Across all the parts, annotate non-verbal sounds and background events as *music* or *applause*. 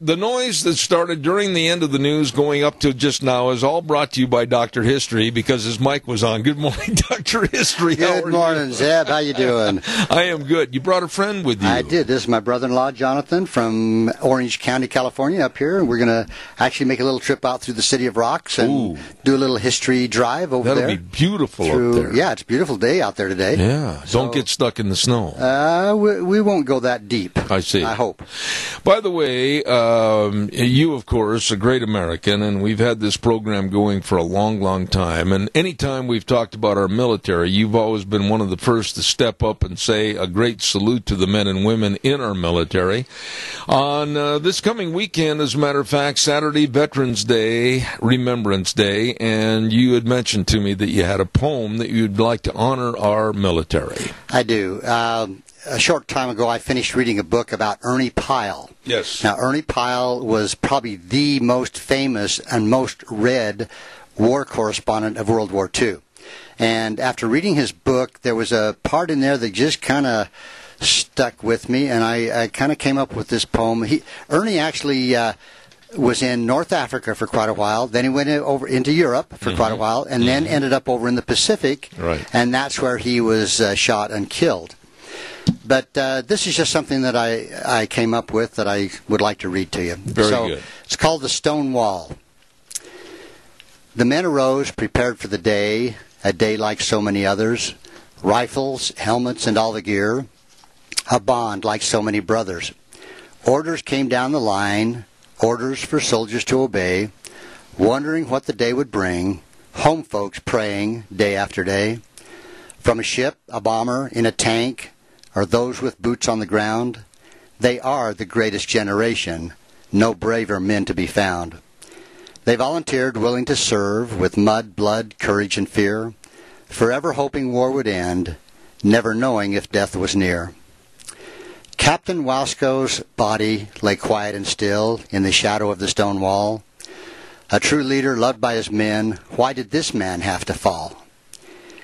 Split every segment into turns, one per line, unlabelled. The noise that started during the end of the news going up to just now is all brought to you by Dr. History because his mic was on. Good morning, *laughs* Dr. History. How are
Good
you?
morning, Zeb. How you doing?
I am good. You brought a friend with you.
I did. This is my brother-in-law, Jonathan, from Orange County, California, up here, and we're gonna actually make a little trip out through the city of rocks and
Ooh.
do a little history drive over
That'll
there.
be beautiful
through-
up there.
Yeah, it's a beautiful day out there today.
Yeah. Don't get stuck in the snow.
Uh, we, we won't go that deep.
I see.
I hope.
By the way, um, you, of course, a great American, and we've had this program going for a long, long time. And anytime we've talked about our military, you've always been one of the first to step up and say a great salute to the men and women in our military. On uh, this coming weekend, as a matter of fact, Saturday, Veterans Day, Remembrance Day, and you had mentioned to me that you had a poem that you'd like to honor our military.
I do. Um, a short time ago, I finished reading a book about Ernie Pyle.
Yes.
Now, Ernie Pyle was probably the most famous and most read war correspondent of World War II. And after reading his book, there was a part in there that just kind of stuck with me, and I, I kind of came up with this poem. He, Ernie actually. Uh, was in North Africa for quite a while. Then he went in- over into Europe for quite a while, and then ended up over in the Pacific.
Right.
And that's where he was uh, shot and killed. But uh, this is just something that I, I came up with that I would like to read to you.
Very
so,
good.
It's called The Stone Wall. The men arose, prepared for the day, a day like so many others, rifles, helmets, and all the gear, a bond like so many brothers. Orders came down the line, orders for soldiers to obey, wondering what the day would bring, home folks praying day after day. From a ship, a bomber, in a tank, or those with boots on the ground, they are the greatest generation, no braver men to be found. They volunteered, willing to serve, with mud, blood, courage, and fear, forever hoping war would end, never knowing if death was near. Captain Wasco's body lay quiet and still in the shadow of the stone wall. A true leader loved by his men, why did this man have to fall?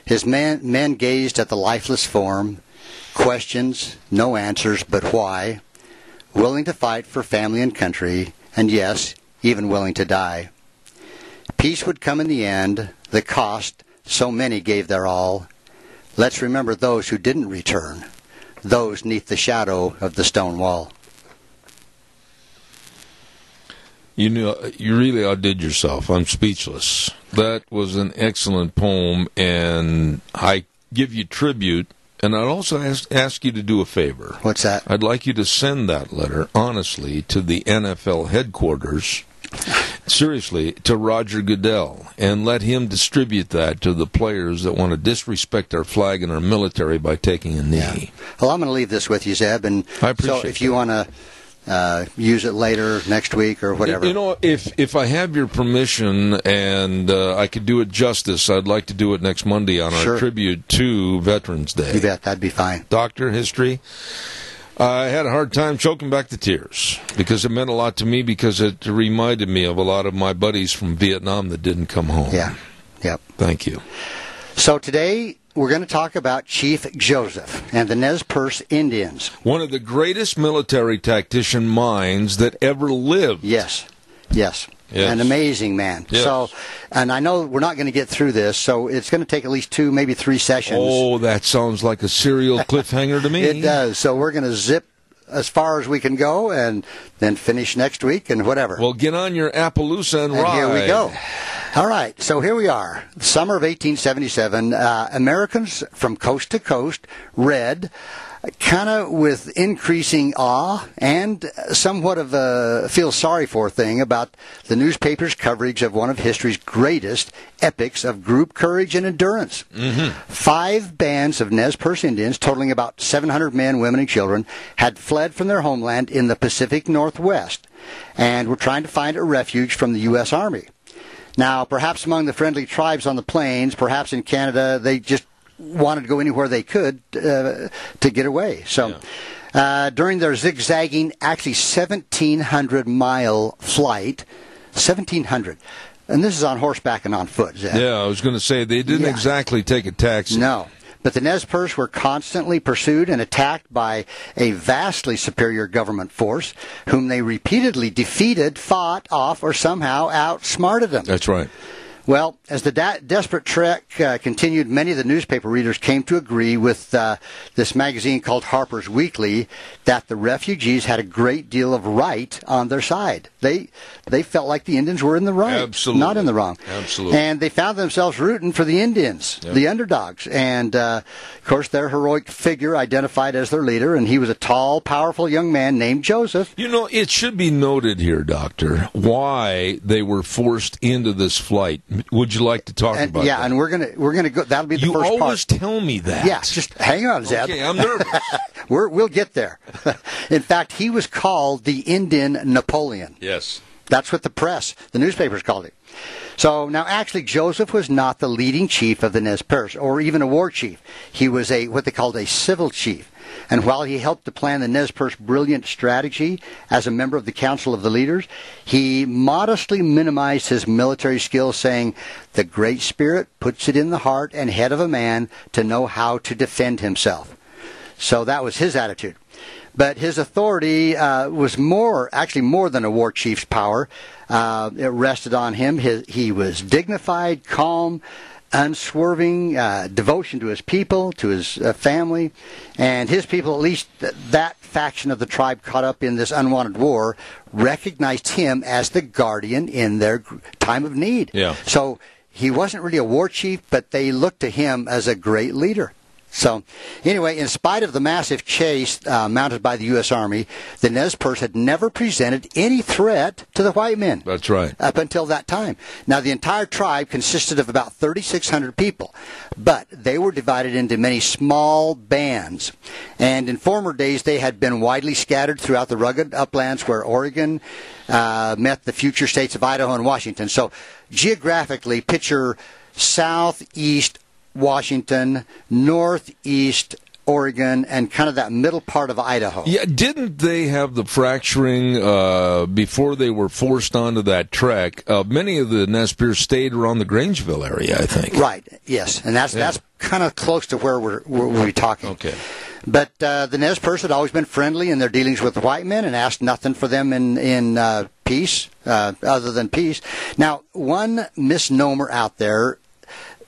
His man, men gazed at the lifeless form, questions, no answers, but why? Willing to fight for family and country, and yes, even willing to die. Peace would come in the end, the cost so many gave their all. Let's remember those who didn't return, those neath the shadow of the stone wall.
You knew you really outdid yourself. I'm speechless. That was an excellent poem, and I give you tribute. And I'd also ask, ask you to do a favor.
What's that?
I'd like you to send that letter, honestly, to the NFL headquarters. Seriously, to Roger Goodell, and let him distribute that to the players that want to disrespect our flag and our military by taking a knee.
Well, I'm going to leave this with you, Zeb, and
I appreciate
so if
that.
you want to uh, use it later next week or whatever.
You know, if if I have your permission and uh, I could do it justice, I'd like to do it next Monday on our
Sure.
tribute to Veterans Day.
you bet that'd be fine.
Doctor history. I had a hard time choking back the tears because it meant a lot to me because it reminded me of a lot of my buddies from Vietnam that didn't come home.
Yeah, yep.
Thank you.
So today we're going to talk about Chief Joseph and the Nez Perce Indians.
One of the greatest military tactician minds that ever lived.
Yes, yes.
Yes.
An amazing man.
Yes.
So, and I know we're not going to get through this, so it's going to take at least two, maybe three sessions.
Oh, that sounds like a
*laughs*
serial cliffhanger to me.
It does. So we're going to zip as far as we can go, and then finish next week and whatever.
Well, get on your Appaloosa and,
And
ride.
here we go. All right, so here we are. Summer of 1877. Uh, Americans from coast to coast read, kind of with increasing awe and somewhat of a feel sorry for thing about the newspaper's coverage of one of history's greatest epics of group courage and endurance. Five bands of Nez Perce Indians, totaling about 700 men, women, and children, had fled from their homeland in the Pacific Northwest and were trying to find a refuge from the U.S. Army. Now, perhaps among the friendly tribes on the plains, perhaps in Canada, they just wanted to go anywhere they could uh, to get away. So. Uh, during their zigzagging, actually 1,700 mile flight, 1,700 And this is on horseback and on foot, Zach.
Yeah, I was going to say they didn't
Yeah.
exactly take a taxi.
No. But the Nez Perce were constantly pursued and attacked by a vastly superior government force, whom they repeatedly defeated, fought off, or somehow outsmarted them.
That's right.
Well, as the da- desperate trek uh, continued, many of the newspaper readers came to agree with uh, this magazine called Harper's Weekly that the refugees had a great deal of right on their side. They they felt like the Indians were in the right,
Absolutely.
not in the wrong.
Absolutely.
And they found themselves rooting for the Indians, the underdogs, and uh, of course their heroic figure identified as their leader, and he was a tall, powerful young man named Joseph.
You know, it should be noted here, Doctor, why they were forced into this flight. Would you like to talk
And
about
yeah,
that?
and we're gonna we're gonna go. That'll be the
you
first part.
always tell me that.
Yeah, just hang on, Zeb.
Okay,
*laughs*
I'm nervous.
We're, we'll get there. *laughs* In fact, he was called the Indian Napoleon.
yes.
That's what the press, the newspapers called him. So now, actually, Joseph was not the leading chief of the Nez Perce, or even a war chief. He was a what they called a civil chief. And while he helped to plan the Nez Perce brilliant strategy as a member of the Council of the Leaders, he modestly minimized his military skills, saying, "The Great Spirit puts it in the heart and head of a man to know how to defend himself." So that was his attitude. But his authority uh, was more, actually, more than a war chief's power. Uh, it rested on him. His, he was dignified, calm, unswerving, uh, devotion to his people, to his uh, family, and his people, at least th- that faction of the tribe caught up in this unwanted war, recognized him as the guardian in their gr- time of need.
Yeah.
So he wasn't really a war chief, but they looked to him as a great leader. So, anyway, in spite of the massive chase uh, mounted by the U.S. Army, the Nez Perce had never presented any threat to the white men
That's right.
up until that time. Now, the entire tribe consisted of about 3,600 people, but they were divided into many small bands. And in former days, they had been widely scattered throughout the rugged uplands where Oregon uh, met the future states of Idaho and Washington. So, geographically, picture southeast Washington, northeast Oregon, and kind of that middle part of Idaho.
Yeah, didn't they have the fracturing uh, before they were forced onto that trek? Uh, many of the Nez Perce stayed around the Grangeville area, I think.
Right. Yes, and that's that's kind of close to where we're we're, we're talking.
Okay.
But uh, the Nez Perce had always been friendly in their dealings with the white men and asked nothing for them in in uh, peace, uh, other than peace. Now, one misnomer out there: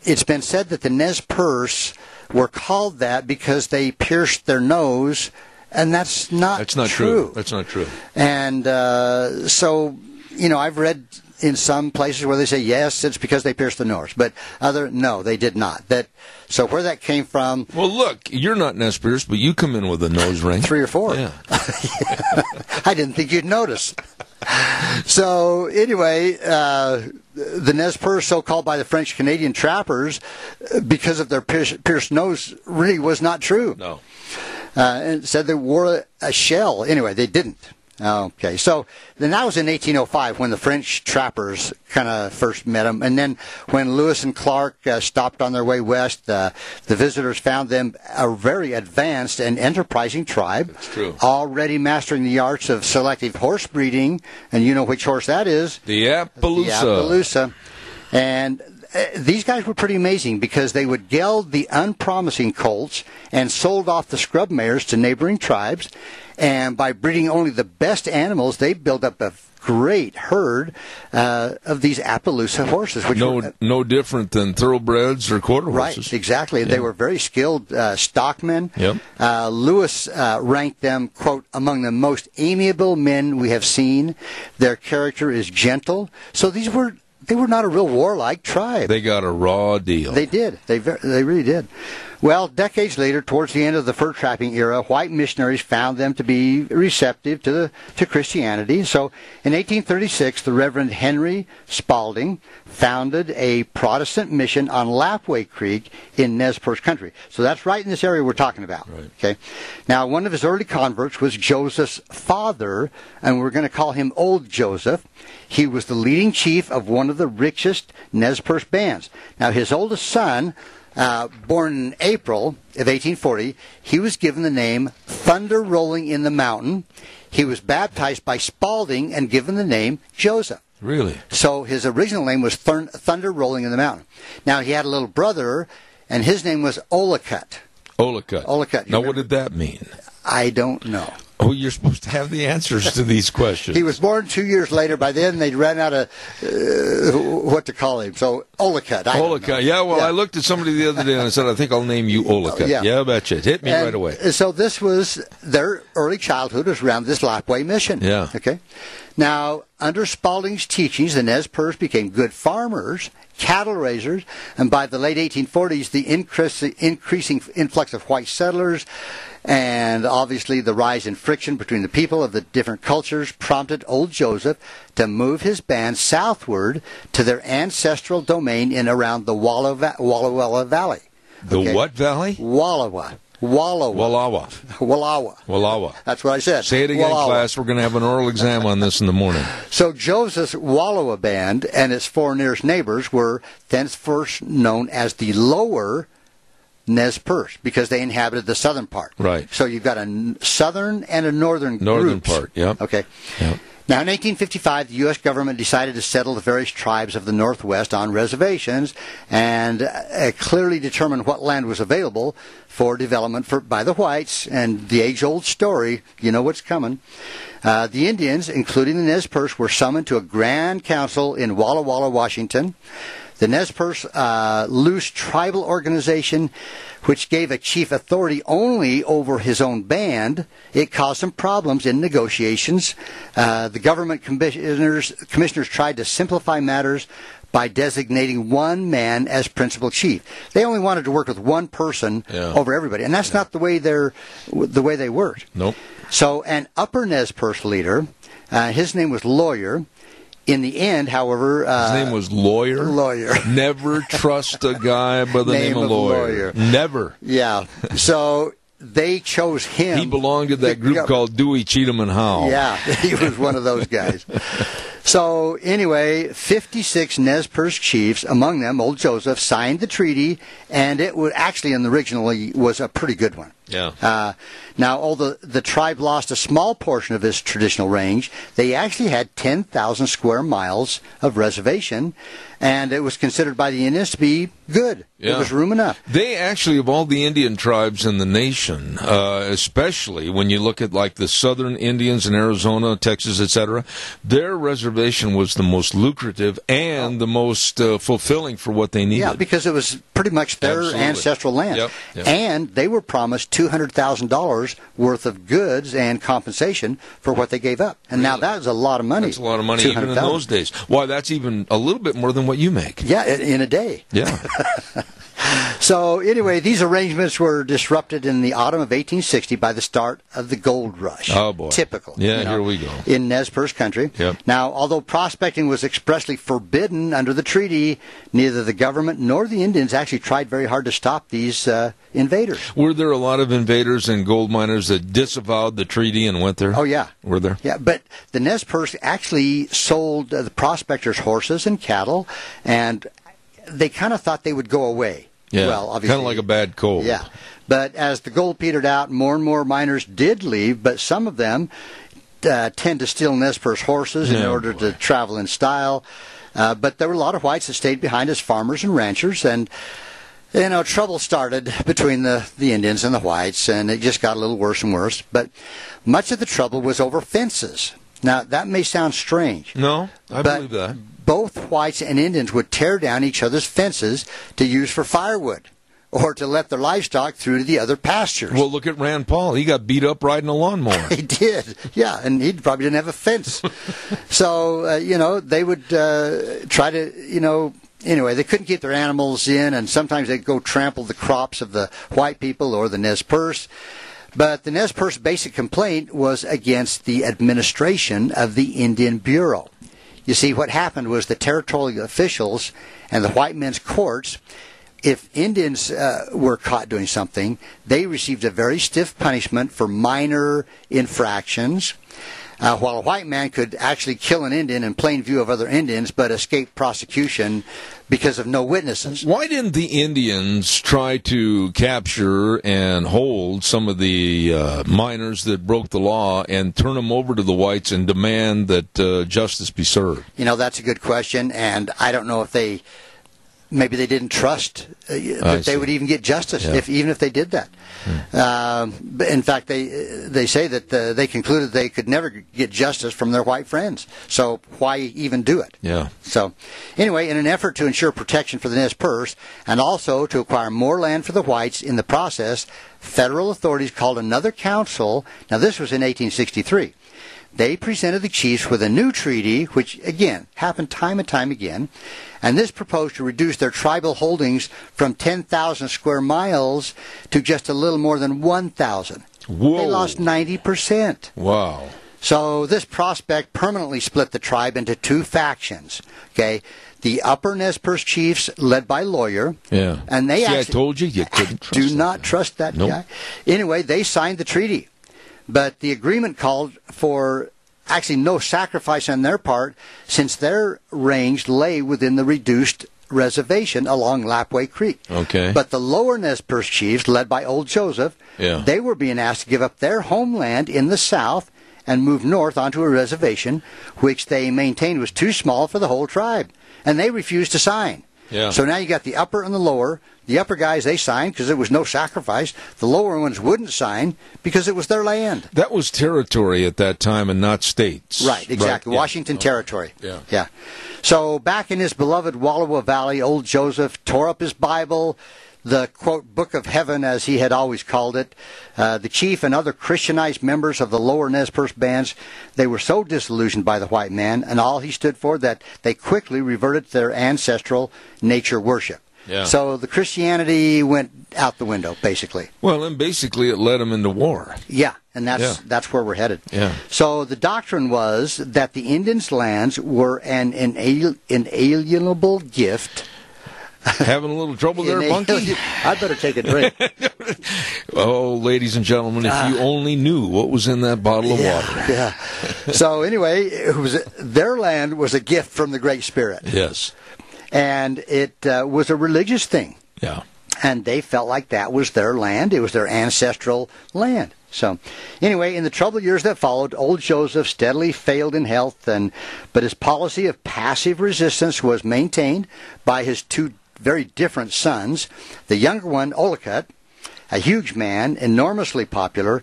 it's been said that the Nez Perce were called that because they pierced their nose, and that's not
That's not true.
true.
That's not true.
And uh, so, you know, I've read in some places where they say yes, it's because they pierced the Norse, but other no, they did not. That so where that came from,
Well, look, you're not Nez Perce, but you come in with a nose ring.
three or four.
Yeah.
*laughs* I didn't think you'd notice. so anyway, uh, the Nez Perce, so called by the French Canadian trappers, uh, because of their pierced, pierced nose, really was not true.
No.
uh, and said they wore a, a shell. Anyway, they didn't. Okay, so then that was in 1805 when the French trappers kind of first met them, and then when Lewis and Clark uh, stopped on their way west, uh, the visitors found them a very advanced and enterprising tribe,
true.
already mastering the arts of selective horse breeding, and you know which horse that is,
The Appaloosa.
yeah, Appaloosa. And uh, these guys were pretty amazing because they would geld the unpromising colts and sold off the scrub mares to neighboring tribes. And by breeding only the best animals, they built up a great herd uh, of these Appaloosa horses, which were,
No, no different than thoroughbreds or quarter
Right,
horses.
exactly. They were very skilled uh, stockmen.
Yep.
Uh, Lewis uh, ranked them, quote, among the most amiable men we have seen. Their character is gentle. So these were, they were not a real warlike tribe.
They got a raw deal.
They did. They ver- they really did. Well, decades later, towards the end of the fur trapping era, white missionaries found them to be receptive to the, to Christianity. So, in 1836, the Reverend Henry Spaulding founded a Protestant mission on Lapway Creek in Nez Perce country. So that's right in this area we're talking about. Okay. Now, one of his early converts was Joseph's father, and we're going to call him Old Joseph. He was the leading chief of one of the richest Nez Perce bands. Now, his oldest son, uh, born in April of 1840, he was given the name Thunder Rolling in the Mountain. He was baptized by Spalding and given the name Joseph.
Really?
So his original name was Thun- Thunder Rolling in the Mountain. Now he had a little brother, and his name was Olakut.
Olakut.
Olakut, you
Now, what
remember-
did that mean?
I don't know.
Oh, you're supposed to have the answers to these
*laughs*
questions.
He was born two years later. By then, they'd ran out of uh, what to call him. So Olakut. I don't know.
Olakut. Yeah, well, I looked at somebody the other day and I said, I think I'll name you Olakut.
Oh, Yeah.
Yeah, that's it. Hit me
And
right away.
So this was their early childhood was around this Lifeway mission.
Yeah.
Okay. Now, under Spalding's teachings, the Nez Perce became good farmers, cattle raisers, and by the late 1840s, the increase, increasing influx of white settlers and obviously the rise in friction between the people of the different cultures prompted old Joseph to move his band southward to their ancestral domain in around the Walla Va- Walla, Walla Valley.
The
Okay.
what valley?
Wallawa. Wallawa.
Wallawa.
Wallawa.
Wallawa.
That's what I said.
Say it again,
Wallawa.
class. We're going to have an oral exam on this in
*laughs*
the morning.
So Joseph's Wallawa band and its four nearest neighbors were thenceforth known as the Lower Nez Perce because they inhabited the southern part.
Right.
So you've got a n- southern and a northern
Northern
groups.
part, yep.
Okay.
Yep.
Now, in 1855, the U.S. government decided to settle the various tribes of the Northwest on reservations and uh, clearly determine what land was available for development for, by the whites. And the age old story you know what's coming. Uh, the Indians, including the Nez Perce, were summoned to a grand council in Walla Walla, Washington. The Nez Perce uh, loose tribal organization, which gave a chief authority only over his own band, it caused some problems in negotiations. Uh, the government commissioners, commissioners tried to simplify matters by designating one man as principal chief. They only wanted to work with one person
Yeah.
over everybody, and that's not the way they're the way they worked.
Nope.
So, an upper Nez Perce leader, uh, his name was Lawyer. In the end, however, uh,
His name was Lawyer.
Lawyer. *laughs*
Never trust a guy by the
Name
name,
of
of Lawyer.
Lawyer.
Never.
Yeah. So they chose him.
He belonged to that group
Yeah.
called Dewey, Cheatham, and Howe.
Yeah, *laughs* he was one of those
*laughs*
guys. So anyway, 56 Nez Perce chiefs, among them old Joseph, signed the treaty, and it was actually and originally was a pretty good one.
Yeah.
Uh, now, although the tribe lost a small portion of its traditional range, they actually had 10,000 square miles of reservation, and it was considered by the Indians to be good. It
Yeah.
was room enough.
They actually, of all the Indian tribes in the nation, uh, especially when you look at like the Southern Indians in Arizona, Texas, etc., their reservation was the most lucrative and the most uh, fulfilling for what they needed.
Yeah, because it was pretty much their
Absolutely.
ancestral land.
Yep, yep.
And they were promised $200,000 worth of goods and compensation for what they gave up. And now that is a lot of money.
that's a lot of money even in
200,000.
those days. Why, that's even a little bit more than what you make.
Yeah, i- in a day.
Yeah.
So, anyway, these arrangements were disrupted in the autumn of 1860 by the start of the gold rush.
Oh, boy.
Typical.
Yeah, here we go.
In Nez Perce country.
Yep.
Now, although prospecting was expressly forbidden under the treaty, neither the government nor the Indians actually tried very hard to stop these uh, invaders.
Were there a lot of invaders and gold miners that disavowed the treaty and went there?
Oh, yeah.
Were there?
Yeah, but the Nez Perce actually sold uh, the prospectors horses and cattle, and they kind of thought they would go away.
Yeah.
well, obviously,
Kinda like a bad cold.
Yeah, but as the gold petered out, more and more miners did leave, but some of them uh, tend to steal Nez Perce horses in
Yeah,
order
boy.
to travel in style. Uh, but there were a lot of whites that stayed behind as farmers and ranchers, and you know, trouble started between the, the Indians and the whites, and it just got a little worse and worse. But much of the trouble was over fences. Now, that may sound strange.
No, I
but
believe that.
Both whites and Indians would tear down each other's fences to use for firewood or to let their livestock through to the other pastures.
Well, look at Rand Paul. He got beat up riding a lawnmower.
*laughs* He did, yeah, and he probably didn't have a fence.
*laughs*
so, uh, you know, they would uh, try to, you know, anyway, they couldn't keep their animals in, and sometimes they'd go trample the crops of the white people or the Nez Perce. But the Nez Perce basic complaint was against the administration of the Indian Bureau. You see, what happened was the territorial officials and the white men's courts if Indians uh, were caught doing something, they received a very stiff punishment for minor infractions. Uh, while a white man could actually kill an Indian in plain view of other Indians but escape prosecution because of no witnesses.
Why didn't the Indians try to capture and hold some of the uh, miners that broke the law and turn them over to the whites and demand that uh, justice be served?
You know, that's a good question, and I don't know if they maybe they didn't trust uh, that
see.
they would even get justice
Yeah. Hmm.
if even if they did that. Um, but in fact, they they say that the, they concluded they could never get justice from their white friends. So why even do it?
Yeah.
So anyway, in an effort to ensure protection for the Nez Perce and also to acquire more land for the whites in the process, federal authorities called another council. Now this was in 1863. They presented the chiefs with a new treaty, which again happened time and time again, and this proposed to reduce their tribal holdings from 10,000 square miles to just a little more than 1,000.
Whoa.
They lost 90%.
Wow.
So this prospect permanently split the tribe into two factions. Okay, the upper Nez Perce chiefs, led by Lawyer,
Yeah.
and they
See, I
actually
told you you
*laughs*
couldn't trust
do
that
not
guy.
trust that
Nope.
guy. Anyway, they signed the treaty, but the agreement called for actually no sacrifice on their part, since their range lay within the reduced reservation along Lapway Creek.
Okay.
But the lower Nez Perce chiefs, led by Old Joseph,
Yeah.
they were being asked to give up their homeland in the south and move north onto a reservation, which they maintained was too small for the whole tribe, and they refused to sign.
Yeah.
So now you got the upper and the lower. The upper guys they signed because it was no sacrifice. The lower ones wouldn't sign because it was their land.
That was territory at that time and not states.
Right, exactly.
yeah.
Washington Territory.
Yeah.
Yeah. So back in his beloved Wallowa Valley, old Joseph tore up his Bible, the quote, Book of Heaven, as he had always called it. Uh, the chief and other Christianized members of the lower Nez Perce bands, they were so disillusioned by the white man and all he stood for that they quickly reverted to their ancestral nature worship.
Yeah.
So the Christianity went out the window, basically.
Well, and basically it led them
*laughs*
into war.
Yeah, and that's
Yeah.
that's where we're headed.
Yeah.
So the doctrine was that the Indians' lands were an inal- inalienable gift.
Having a little trouble there,
*laughs*
Bunky?
I better take a
*laughs*
drink.
Oh, ladies and gentlemen, if you only knew what was in that bottle of water.
Ah. yeah. So anyway, it was their land was a gift from the Great Spirit,
Yes.
and it uh, was a religious thing,
Yeah.
and they felt like that was their land. It was their ancestral land. So, anyway, in the troubled years that followed, old Joseph steadily failed in health, and but his policy of passive resistance was maintained by his two very different sons. The younger one, Olcott, a huge man, enormously popular,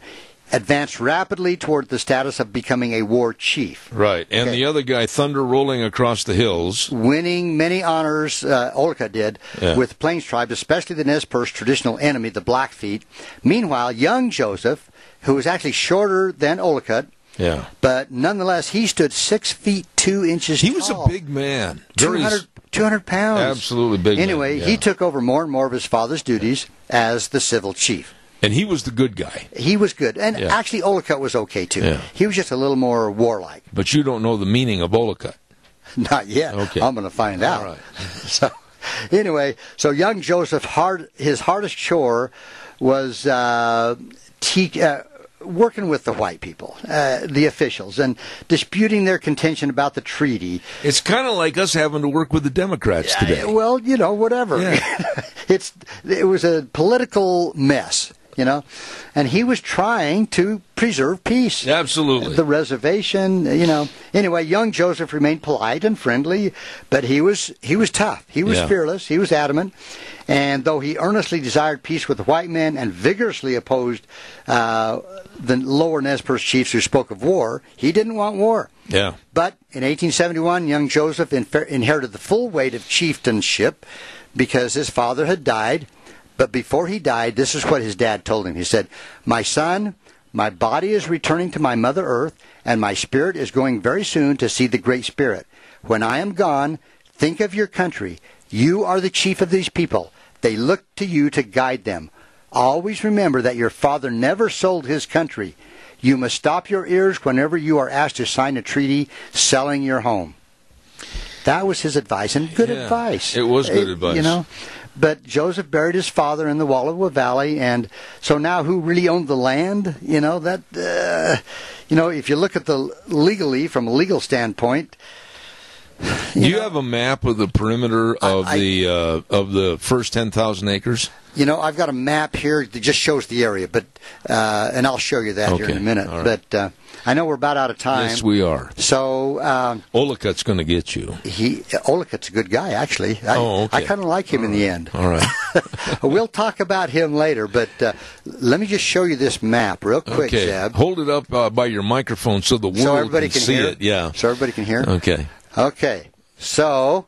advanced rapidly toward the status of becoming a war chief.
Right. And
Okay.
the other guy, Thunder Rolling Across the Hills.
winning many honors, uh, Olka did,
Yeah.
with Plains tribes, especially the Nez Perce traditional enemy, the Blackfeet. Meanwhile, young Joseph, who was actually shorter than Olcott,
Yeah.
but nonetheless, he stood six feet two inches
He was
tall.
a big man. Very
200, 200 pounds.
Absolutely big man,
Anyway,
yeah.
he took over more and more of his father's duties as the civil chief.
And he was the good guy.
He was good. And
Yeah.
actually, Olcott was okay, too.
Yeah.
He was just a little more warlike.
But you don't know the meaning of Olacott.
*laughs* Not yet.
Okay.
I'm going to find out.
All right.
*laughs* so, anyway, so young Joseph, hard, his hardest chore was uh, te- uh, working with the white people, uh, the officials, and disputing their contention about the treaty. Uh,
It's kind of like us having to work with the Democrats today.
Well, you know, whatever.
Yeah.
*laughs* it's it was a political mess, you know, and he was trying to preserve peace.
Absolutely.
The reservation, you know. Anyway, young Joseph remained polite and friendly, but he was he was tough. He was
Yeah.
fearless. He was adamant, and though he earnestly desired peace with the white men and vigorously opposed uh, the lower Nez Perce chiefs who spoke of war, he didn't want war.
yeah.
But in 1871, young Joseph infer- inherited the full weight of chieftainship because his father had died. But before he died, this is what his dad told him. He said, My son, my body is returning to my mother earth, and my spirit is going very soon to see the Great Spirit. When I am gone, think of your country. You are the chief of these people. They look to you to guide them. Always remember that your father never sold his country. You must stop your ears whenever you are asked to sign a treaty selling your home. That was his advice, and good
Yeah,
advice.
it was good
You
advice.
know, but Joseph buried his father in the Wallowa Valley, and so now who really owned the land? You know that uh, You know, if you look at the legally from a legal standpoint,
Do you have a map of the perimeter of
I-
the uh, of the first ten thousand acres?
You know, I've got a map here that just shows the area, but uh, and I'll show you that here in
Okay,
a minute.
all right.
But uh, I know we're about out of time.
Yes, we are.
so um,
Olacut's going to get you.
he Olicut's a good guy, actually. I,
Oh, okay.
I kind of like him in the end.
All right.
*laughs* we'll talk about him later, but uh, let me just show you this map real quick,
okay.
Zeb,
Hold it up uh, by your microphone so the world
so everybody can,
see
hear
it. Yeah. Uh-huh.
so everybody can hear.
Okay.
Okay, so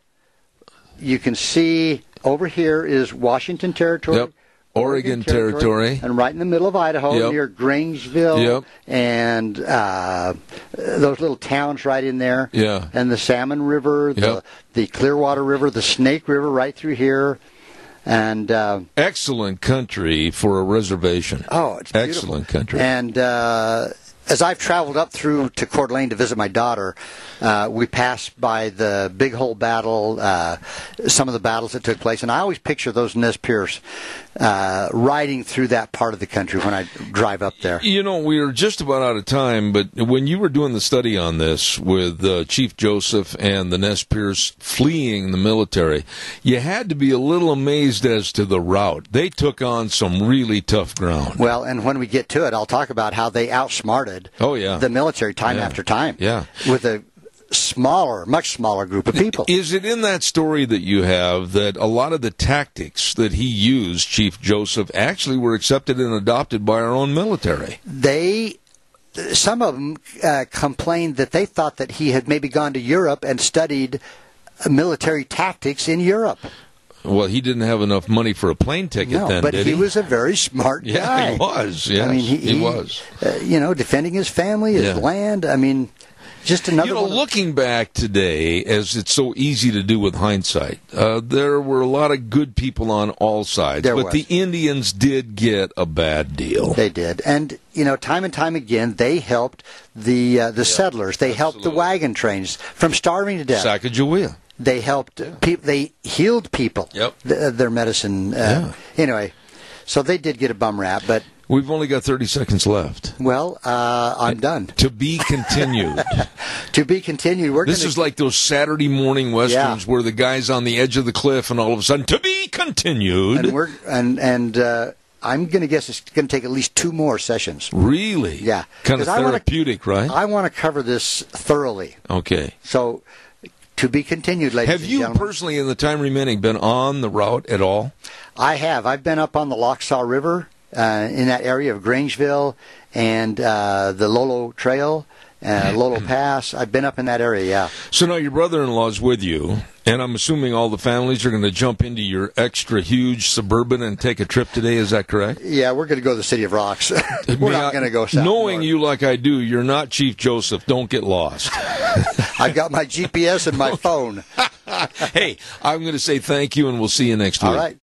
you can see over here is Washington Territory.
Yep. Oregon Territory.
And right in the middle of Idaho,
Yep.
near Grangeville,
Yep.
and uh, those little towns right in there.
Yeah.
And the Salmon River, the,
Yep.
the Clearwater River, the Snake River right through here. And, uh,
Excellent country for a reservation.
oh, it's beautiful.
Excellent country.
And uh, as I've traveled up through to Coeur d'Alene to visit my daughter, uh, we passed by the Big Hole Battle, uh, some of the battles that took place, and I always picture those Nez Pierce uh, riding through that part of the country when I drive up there.
You know, we are just about out of time, but when you were doing the study on this with uh, Chief Joseph and the Nez Pierce fleeing the military, you had to be a little amazed as to the route. They took on some really tough ground.
Well, and when we get to it, I'll talk about how they outsmarted
Oh, yeah.
the military time
Yeah.
after time.
Yeah.
With a smaller, much smaller group of people.
Is it in that story that you have that a lot of the tactics that he used, Chief Joseph, actually were accepted and adopted by our own military?
they some of them uh, complained that they thought that he had maybe gone to Europe and studied military tactics in Europe.
Well, he didn't have enough money for a plane ticket
No,
then,
but
did
he,
he?
was a very smart
Yeah,
guy.
he was, yes, he was.
uh, you know, defending his family, his
Yeah.
land. I mean, just another.
You know,
one of-
looking back today, as it's so easy to do with hindsight, uh, there were a lot of good people on all sides,
There
but
was.
the Indians did get a bad deal.
They did, and you know, time and time again, they helped the uh, the settlers. They helped the
absolutely.
wagon trains from starving to death.
Sacagawea.
They helped people. They healed people.
Yep.
Th- their medicine. Uh, Anyway, so they did get a bum rap, but
We've only got 30 seconds left.
well, uh, I'm done.
To be
*laughs*
continued.
To be continued. We're
this
gonna,
is like those Saturday morning westerns
Yeah.
where the guy's on the edge of the cliff and all of a sudden, to be continued.
and we're and and uh, I'm going to guess it's going to take at least two more sessions.
really?
Yeah,
Kind of
'Cause I wanna-
therapeutic, right?
I want to cover this thoroughly.
okay.
So, to be continued, ladies
Have
and
you
gentlemen.
personally, in the time remaining, been on the route at all?
I have. I've been up on the Locksaw River uh, in that area of Grangeville and uh, the Lolo Trail,
Mm-hmm.
uh, Lolo Pass. I've been up in that area. Yeah.
So now your brother-in-law's with you, and I'm assuming all the families are going to jump into your extra huge suburban and take a trip today. Is that correct?
Yeah, we're going to go to the City of Rocks. *laughs* we're
May
not
I-
going to go south.
Knowing
north.
you like I do, you're not Chief Joseph. Don't
*laughs*
get lost.
I've got
*laughs*
my GPS and my phone.
hey, I'm going to say thank you, and we'll see you next week.
All right.